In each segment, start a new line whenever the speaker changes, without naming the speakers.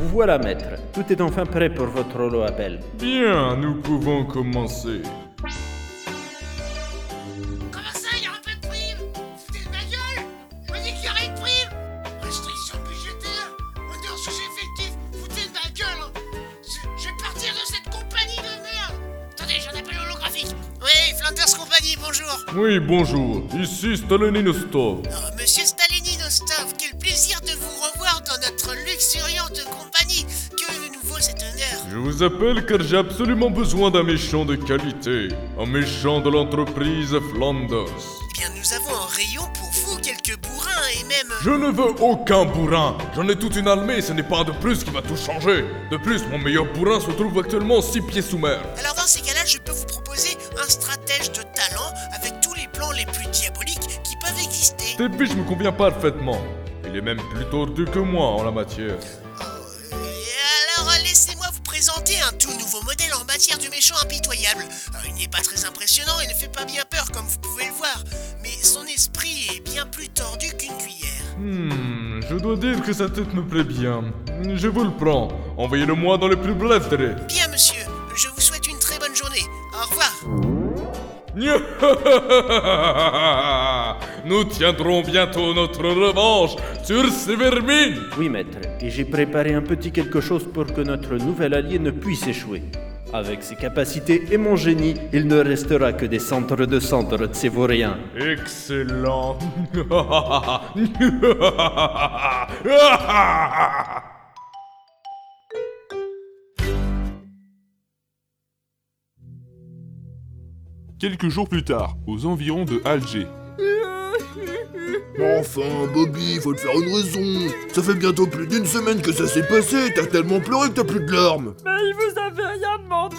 Vous voilà, maître. Tout est enfin prêt pour votre rouleau appel.
Bien, nous pouvons commencer.
Comment ça, il y aura pas de prime Vous foutez de ma gueule Je me dis qu'il y aurait une prime Restriction budgétaire Odeur sous effectif Vous foutez de ma gueule hein. je, je vais partir de cette compagnie de merde Attendez, j'en appelle holographique Oui, Flanders Compagnie, bonjour
Oui, bonjour, ici Stalininostov.
Oh, Monsieur Stalininostov, quel plaisir de vous revoir dans notre luxuriante compagnie Que nous vaut cet honneur
Je vous appelle car j'ai absolument besoin d'un méchant de qualité. Un méchant de l'entreprise Flanders.
Eh bien, nous avons en rayon pour vous quelques bourrins et même... euh,
Je ne veux aucun bourrin. J'en ai toute une armée, ce n'est pas un de plus qui va tout changer. De plus, mon meilleur bourrin se trouve actuellement six pieds sous mer.
Alors dans ces cas-là, je peux vous proposer un stratège de talent avec tous les plans les plus diaboliques qui peuvent exister.
Tes biches me convient parfaitement. Il est même plus tordu que moi en la matière.
Oh, et alors euh, laissez-moi vous présenter un tout nouveau modèle en matière du méchant impitoyable. Alors, il n'est pas très impressionnant et ne fait pas bien peur comme vous pouvez le voir, mais son esprit est bien plus tordu qu'une cuillère.
Hmm, je dois dire que sa tête me plaît bien. Je vous le prends. Envoyez-le-moi dans les plus brefs délais.
Bien monsieur, je vous souhaite une très bonne journée. Au revoir.
Nous tiendrons bientôt notre revanche sur ces vermines.
Oui, maître. Et j'ai préparé un petit quelque chose pour que notre nouvel allié ne puisse échouer. Avec ses capacités et mon génie, il ne restera que des centres de centres de ces vauriens.
Excellent.
Quelques jours plus tard, aux environs de Alger.
Mais Enfin, Bobby, faut te faire une raison. Ça fait bientôt plus d'une semaine que ça s'est passé. T'as tellement pleuré que t'as plus de larmes.
Mais il vous avait rien demandé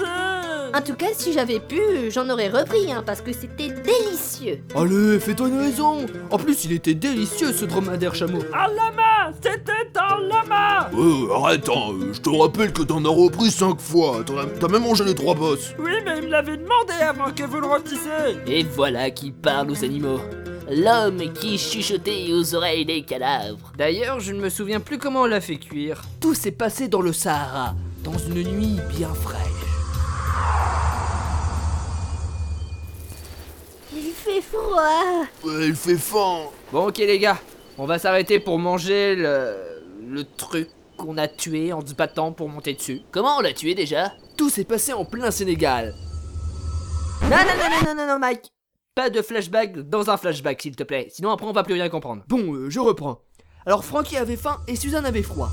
En tout cas, si j'avais pu, j'en aurais repris, hein, parce que c'était délicieux.
Allez, fais-toi une raison En plus, il était délicieux ce dromadaire chameau
Un lama C'était un lama
Euh, arrête, hein. euh, Je te rappelle que t'en as repris cinq fois. T'en as- T'as même mangé les trois bosses.
Oui, mais il me l'avait demandé avant que vous le rôtissiez
Et voilà qui parle aux animaux. L'homme qui chuchotait aux oreilles des cadavres.
D'ailleurs, je ne me souviens plus comment on l'a fait cuire.
Tout s'est passé dans le Sahara, dans une nuit bien fraîche.
Il fait froid.
Ouais, Euh, il fait faim.
Bon, ok, les gars, on va s'arrêter pour manger le. le truc qu'on a tué en se battant pour monter dessus.
Comment on l'a tué déjà
Tout s'est passé en plein Sénégal.
Non, non, non, non, non, non, non, Mike Pas de flashback dans un flashback, s'il te plaît, sinon après on va plus rien comprendre.
Bon, euh, je reprends. Alors Frankie avait faim et Suzanne avait froid.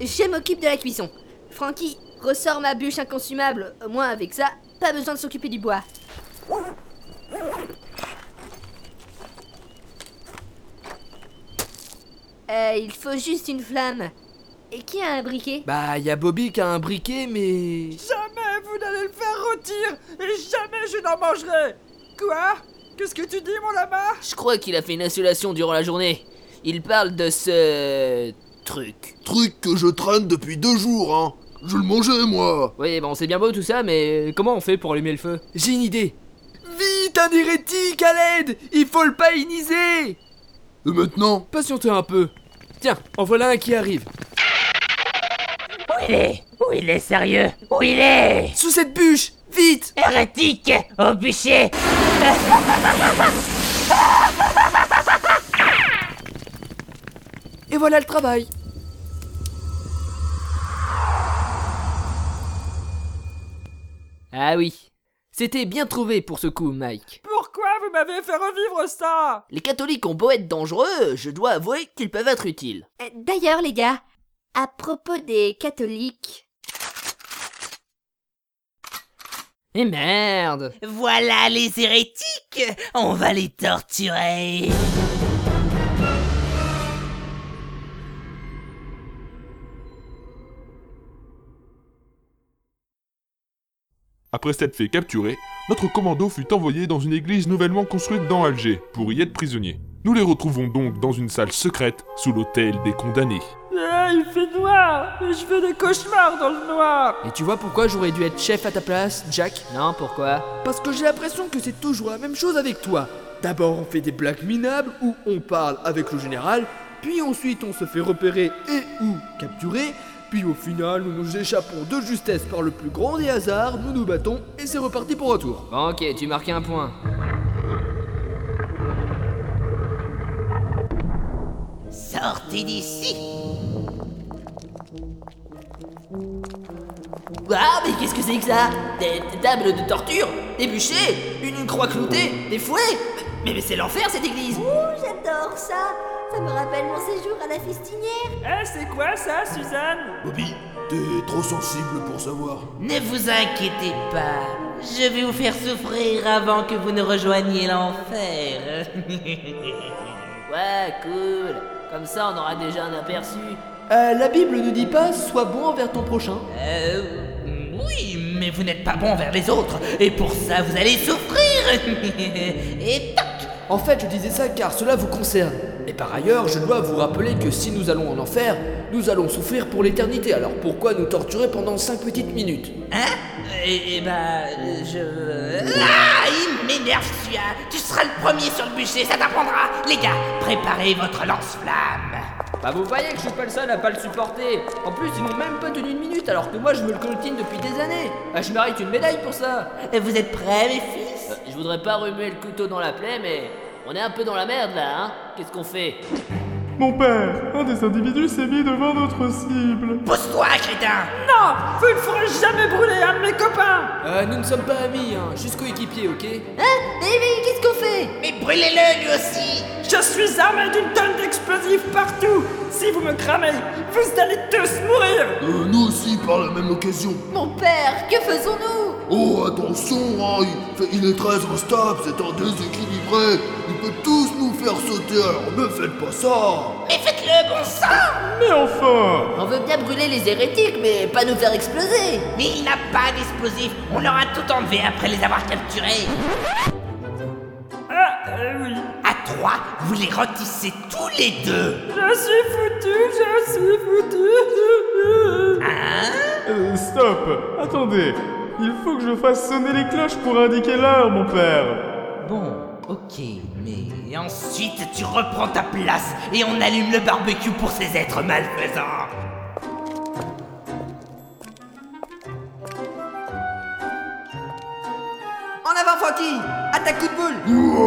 Je m'occupe de la cuisson. Francky, ressors ma bûche inconsumable. Au moins, avec ça, pas besoin de s'occuper du bois. Euh, il faut juste une flamme. Et qui a un briquet
Bah, y a Bobby qui a un briquet, mais...
Jamais vous n'allez le faire rôtir Et jamais je n'en mangerai Quoi Qu'est-ce que tu dis, mon lama
Je crois qu'il a fait une insolation durant la journée. Il parle de ce. truc.
Truc que je traîne depuis deux jours, hein. Je le mangeais, moi.
Oui, bon, c'est bien beau tout ça, mais comment on fait pour allumer le feu
J'ai une idée. Vite, un hérétique, à l'aide Il faut le païniser
Et maintenant
Patientez un peu. Tiens, en voilà un qui arrive.
Où il est Où il est sérieux Où il est
Sous cette bûche Vite
Eh,
Hérétique Au bûcher
Et voilà le travail
Ah oui. C'était bien trouvé pour ce coup, Mike.
Pourquoi vous m'avez fait revivre ça
Les catholiques ont beau être dangereux, je dois avouer qu'ils peuvent être utiles.
Euh, D'ailleurs, les gars, à propos des catholiques,
Et merde
Voilà les hérétiques On va les torturer
Après s'être fait capturer, notre commando fut envoyé dans une église nouvellement construite dans Alger pour y être prisonnier. Nous les retrouvons donc dans une salle secrète sous l'autel des condamnés.
Eh, il fait noir et je fais des cauchemars dans le noir.
Et tu vois pourquoi j'aurais dû être chef à ta place, Jack Non, pourquoi
Parce que j'ai l'impression que c'est toujours la même chose avec toi. D'abord on fait des blagues minables où on parle avec le général, puis ensuite on se fait repérer et ou capturer, puis au final nous nous échappons de justesse par le plus grand des hasards, nous nous battons et c'est reparti pour un tour.
Bon, ok, tu marques un point.
Sortez d'ici Waouh, Ah, mais qu'est-ce que c'est que ça Des, des tables de torture Des bûchers Une croix cloutée Des fouets Mais, mais c'est l'enfer cette église
Ouh, j'adore ça Ça me rappelle mon séjour à la fistinière
Eh, c'est quoi ça, Suzanne
Bobby, t'es trop sensible pour savoir.
Ne vous inquiétez pas, je vais vous faire souffrir avant que vous ne rejoigniez l'enfer.
Ouais, cool. Comme ça, on aura déjà un aperçu.
Euh, la Bible ne dit pas sois bon envers ton prochain.
Euh, oui, mais vous n'êtes pas bon envers les autres, et pour ça, vous allez souffrir. et tac
En fait, je disais ça car cela vous concerne. Et par ailleurs, je dois vous rappeler que si nous allons en enfer, nous allons souffrir pour l'éternité. Alors pourquoi nous torturer pendant 5 petites minutes
Hein Eh eh bah, je... Ah, il m'énerve celui-là Tu seras le premier sur le bûcher, ça t'apprendra Les gars, préparez votre lance-flamme
Bah vous voyez que je suis pas le seul à pas le supporter. En plus, ils m'ont même pas tenu une minute alors que moi je me le coltine depuis des années. Ah, je mérite une médaille pour ça.
Vous êtes prêts, mes fils
Euh, je voudrais pas remuer le couteau dans la plaie, mais on est un peu dans la merde là, hein Qu'est-ce qu'on fait
Mon père, un des individus s'est mis devant notre cible.
Pousse-toi, crétin
Non Vous ne ferez jamais brûler un de mes copains
Euh, nous ne sommes pas amis, hein, juste coéquipiers, ok
Hein Mais, mais qu'est-ce qu'on fait
Mais brûlez-le, lui aussi
Je suis armé d'une tonne d'explosifs partout Si vous me cramez, vous allez tous mourir
Euh, nous aussi, par la même occasion.
Mon père, que faisons-nous
Oh, attention, hein, il, fait- il est très instable, c'est un déséquilibré. Il peut tous nous faire sauter, alors ne faites pas ça.
Mais faites-le, bon sang
Mais enfin
On veut bien brûler les hérétiques, mais pas nous faire exploser
Mais il n'a pas d'explosif On leur a tout enlevé après les avoir capturés
Ah, euh, oui.
À trois, vous les rôtissez tous les deux
Je suis foutu, je suis foutu
Hein
Euh, Stop Attendez Il faut que je fasse sonner les cloches pour indiquer l'heure, mon père
Bon, ok, mais ensuite tu reprends ta place et on allume le barbecue pour ces êtres malfaisants
En avant, Francky Attaque coup de boule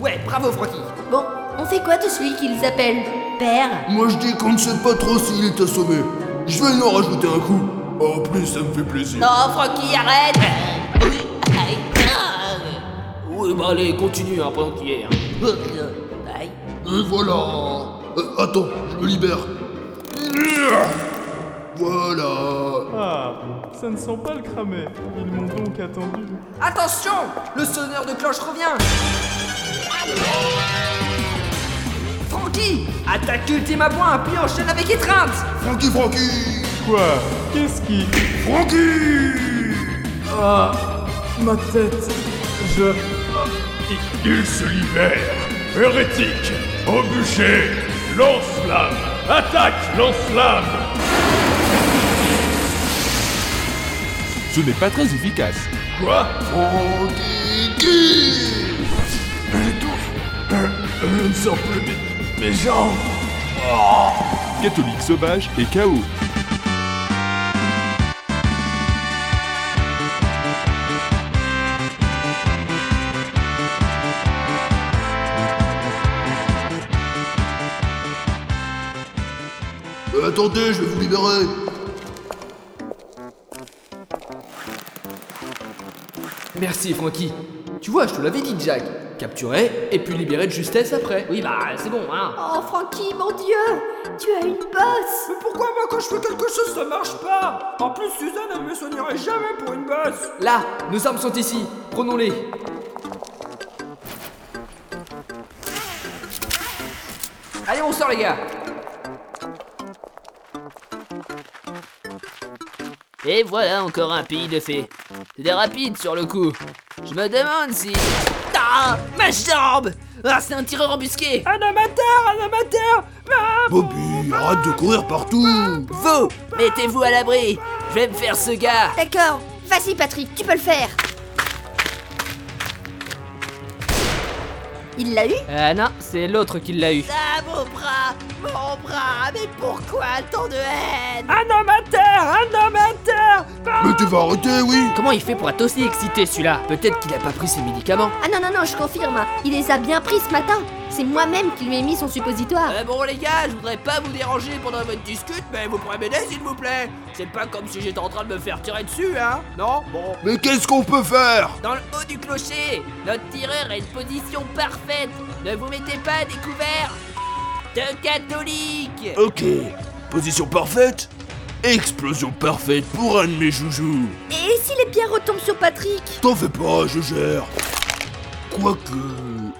Ouais, bravo, Francky
Bon, on fait quoi de celui qu'ils appellent Père
Moi, je dis qu'on ne sait pas trop s'il est assommé. Je vais lui en rajouter un coup. En plus, ça me fait plaisir.
Non, Francky, arrête
Oui, bah allez, continue, hein, pendant qu'il est. hein.
Aïe.
Et voilà. Euh, attends, je me libère. Voilà.
Ah, ça ne sent pas le cramer. Ils m'ont donc attendu.
Attention Le sonneur de cloche revient Francky Attaque ultime à point, puis enchaîne avec étreinte
Francky, Francky
Quoi Qu'est-ce qui...
Francky
Ah, ma tête. Je...
Il se libère Hérétique Au bûcher Lance-flamme Attaque Lance-flamme
Ce n'est pas très efficace.
Quoi
Francky
Je ne sens plus mes, mes jambes
Oh.
Catholique sauvage et chaos.
Euh, Attendez, je vais vous libérer.
Merci, Francky Tu vois, je te l'avais dit, Jack Capturé, et puis libéré de justesse après
Oui, bah c'est bon, hein
Oh, Francky, mon Dieu Tu as une bosse
Mais pourquoi moi quand je fais quelque chose ça marche pas En plus Suzanne elle me soignerait jamais pour une bosse
Là, nos armes sont ici Prenons-les Allez, on sort, les gars
Et voilà encore un pays de fées. C'était rapide sur le coup. Je me demande si. Ah Ma jambe Ah, c'est un tireur embusqué
Un amateur, un amateur Ah
Bobby, arrête de courir partout
Vous, mettez-vous à l'abri. Je vais me faire ce gars.
D'accord, vas-y Patrick, tu peux le faire. Il l'a eu
Ah non, c'est l'autre qui l'a eu.
Ah, mon bras Mon bras Mais pourquoi tant de haine
Ah
Un homme à terre Un homme à terre
Mais tu vas arrêter, oui
Comment il fait pour être aussi excité celui-là Peut-être qu'il a pas pris ses médicaments.
Ah non, non, non, je confirme, il les a bien pris ce matin. C'est moi-même qui lui ai mis son suppositoire.
Euh, bon les gars, je voudrais pas vous déranger pendant votre discute, mais vous pourrez m'aider s'il vous plaît. C'est pas comme si j'étais en train de me faire tirer dessus, hein Non Bon.
Mais qu'est-ce qu'on peut faire
Dans le haut du clocher, notre tireur est en position parfaite. Ne vous mettez pas à découvert de catholique.
Ok, position parfaite Explosion parfaite pour un de mes joujoux
Et si les pierres retombent sur Patrick
T'en fais pas, je gère Quoique...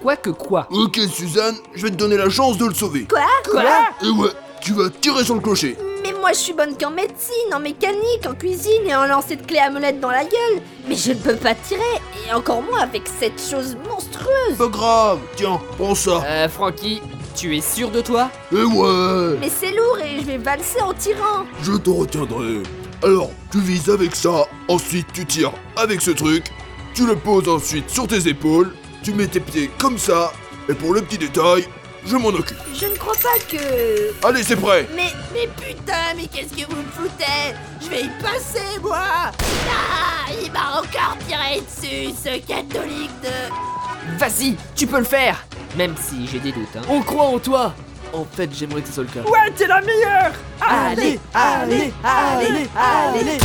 Quoi que quoi
Ok Suzanne, je vais te donner la chance de le sauver
Quoi Quoi
Et ouais, tu vas tirer sur le clocher
Mais moi je suis bonne qu'en médecine, en mécanique, en cuisine et en lancer de clés à molette dans la gueule. Mais je ne peux pas tirer, et encore moins avec cette chose monstrueuse.
Pas grave, tiens, prends ça
Euh, Francky, tu es sûr de toi
Et ouais
Mais c'est lourd et je vais valser en tirant.
Je te retiendrai. Alors, tu vises avec ça, ensuite tu tires avec ce truc, tu le poses ensuite sur tes épaules, tu mets tes pieds comme ça, et pour le petit détail, je m'en occupe.
Je ne crois pas que...
Allez, c'est prêt
Mais, mais putain, mais qu'est-ce que vous me foutez Je vais y passer, moi Ah, il m'a encore tiré dessus, ce catholique de...
Vas-y, tu peux le faire Même si j'ai des doutes, hein.
On croit en toi En fait, j'aimerais que ce soit le cas.
Ouais, t'es la meilleure
Allez, allez, allez, allez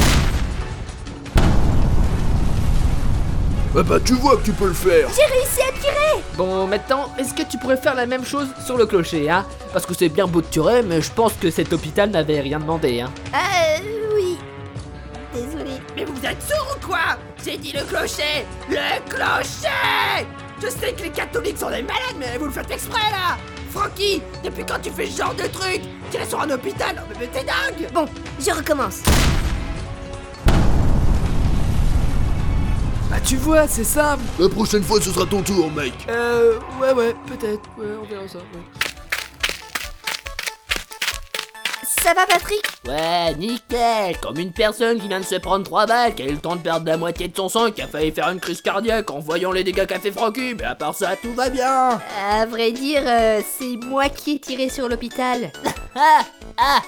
Eh bah tu vois que tu peux le faire
J'ai réussi à tirer
Bon, maintenant, est-ce que tu pourrais faire la même chose sur le clocher, hein Parce que c'est bien beau de tirer, mais je pense que cet hôpital n'avait rien demandé, hein.
Ah euh, oui. Désolé.
Mais vous êtes sourds ou quoi J'ai dit le clocher Le clocher Je sais que les catholiques sont des malades, mais vous le faites exprès là Francky, depuis quand tu fais ce genre de truc Tirer sur un hôpital Mais, mais t'es dingue
Bon, je recommence.
Bah tu vois, c'est simple
La prochaine fois, ce sera ton tour, mec
Euh, ouais, ouais, peut-être. Ouais, on verra ça. ouais.
Ça va Patrick
Ouais, nickel Comme une personne qui vient de se prendre trois balles, qui a eu le temps de perdre la moitié de son sang, qui a failli faire une crise cardiaque en voyant les dégâts qu'a fait Francky, mais à part ça, tout va bien
À vrai dire, euh, c'est moi qui ai tiré sur l'hôpital.
Ah Ah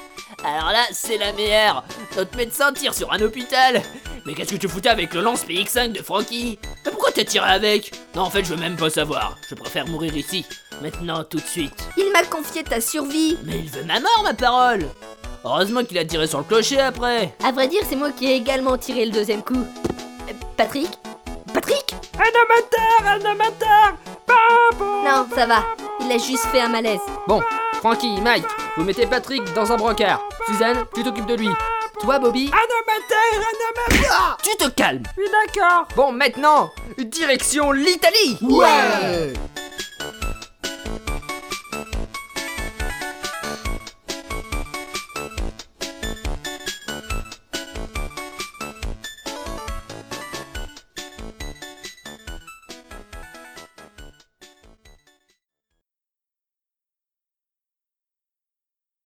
Alors là, c'est la meilleure Notre médecin tire sur un hôpital Mais qu'est-ce que tu foutais avec le lance PX5 de Frankie Mais pourquoi t'as tiré avec Non, en fait, je veux même pas savoir. Je préfère mourir ici. Maintenant, tout de suite.
Il m'a confié ta survie.
Mais il veut ma mort, ma parole Heureusement qu'il a tiré sur le clocher après
À vrai dire, c'est moi qui ai également tiré le deuxième coup. Euh, Patrick Patrick
Un homme à terre Un homme à terre Bam, bam.
Non, ça va. Il a juste fait un malaise.
Bon, Francky, Mike, vous mettez Patrick dans un brancard. Suzanne, tu t'occupes de lui. Toi, Bobby,
Un homme à terre Un homme à terre
tu te calmes
Je suis d'accord
Bon, maintenant, direction l'Italie
Ouais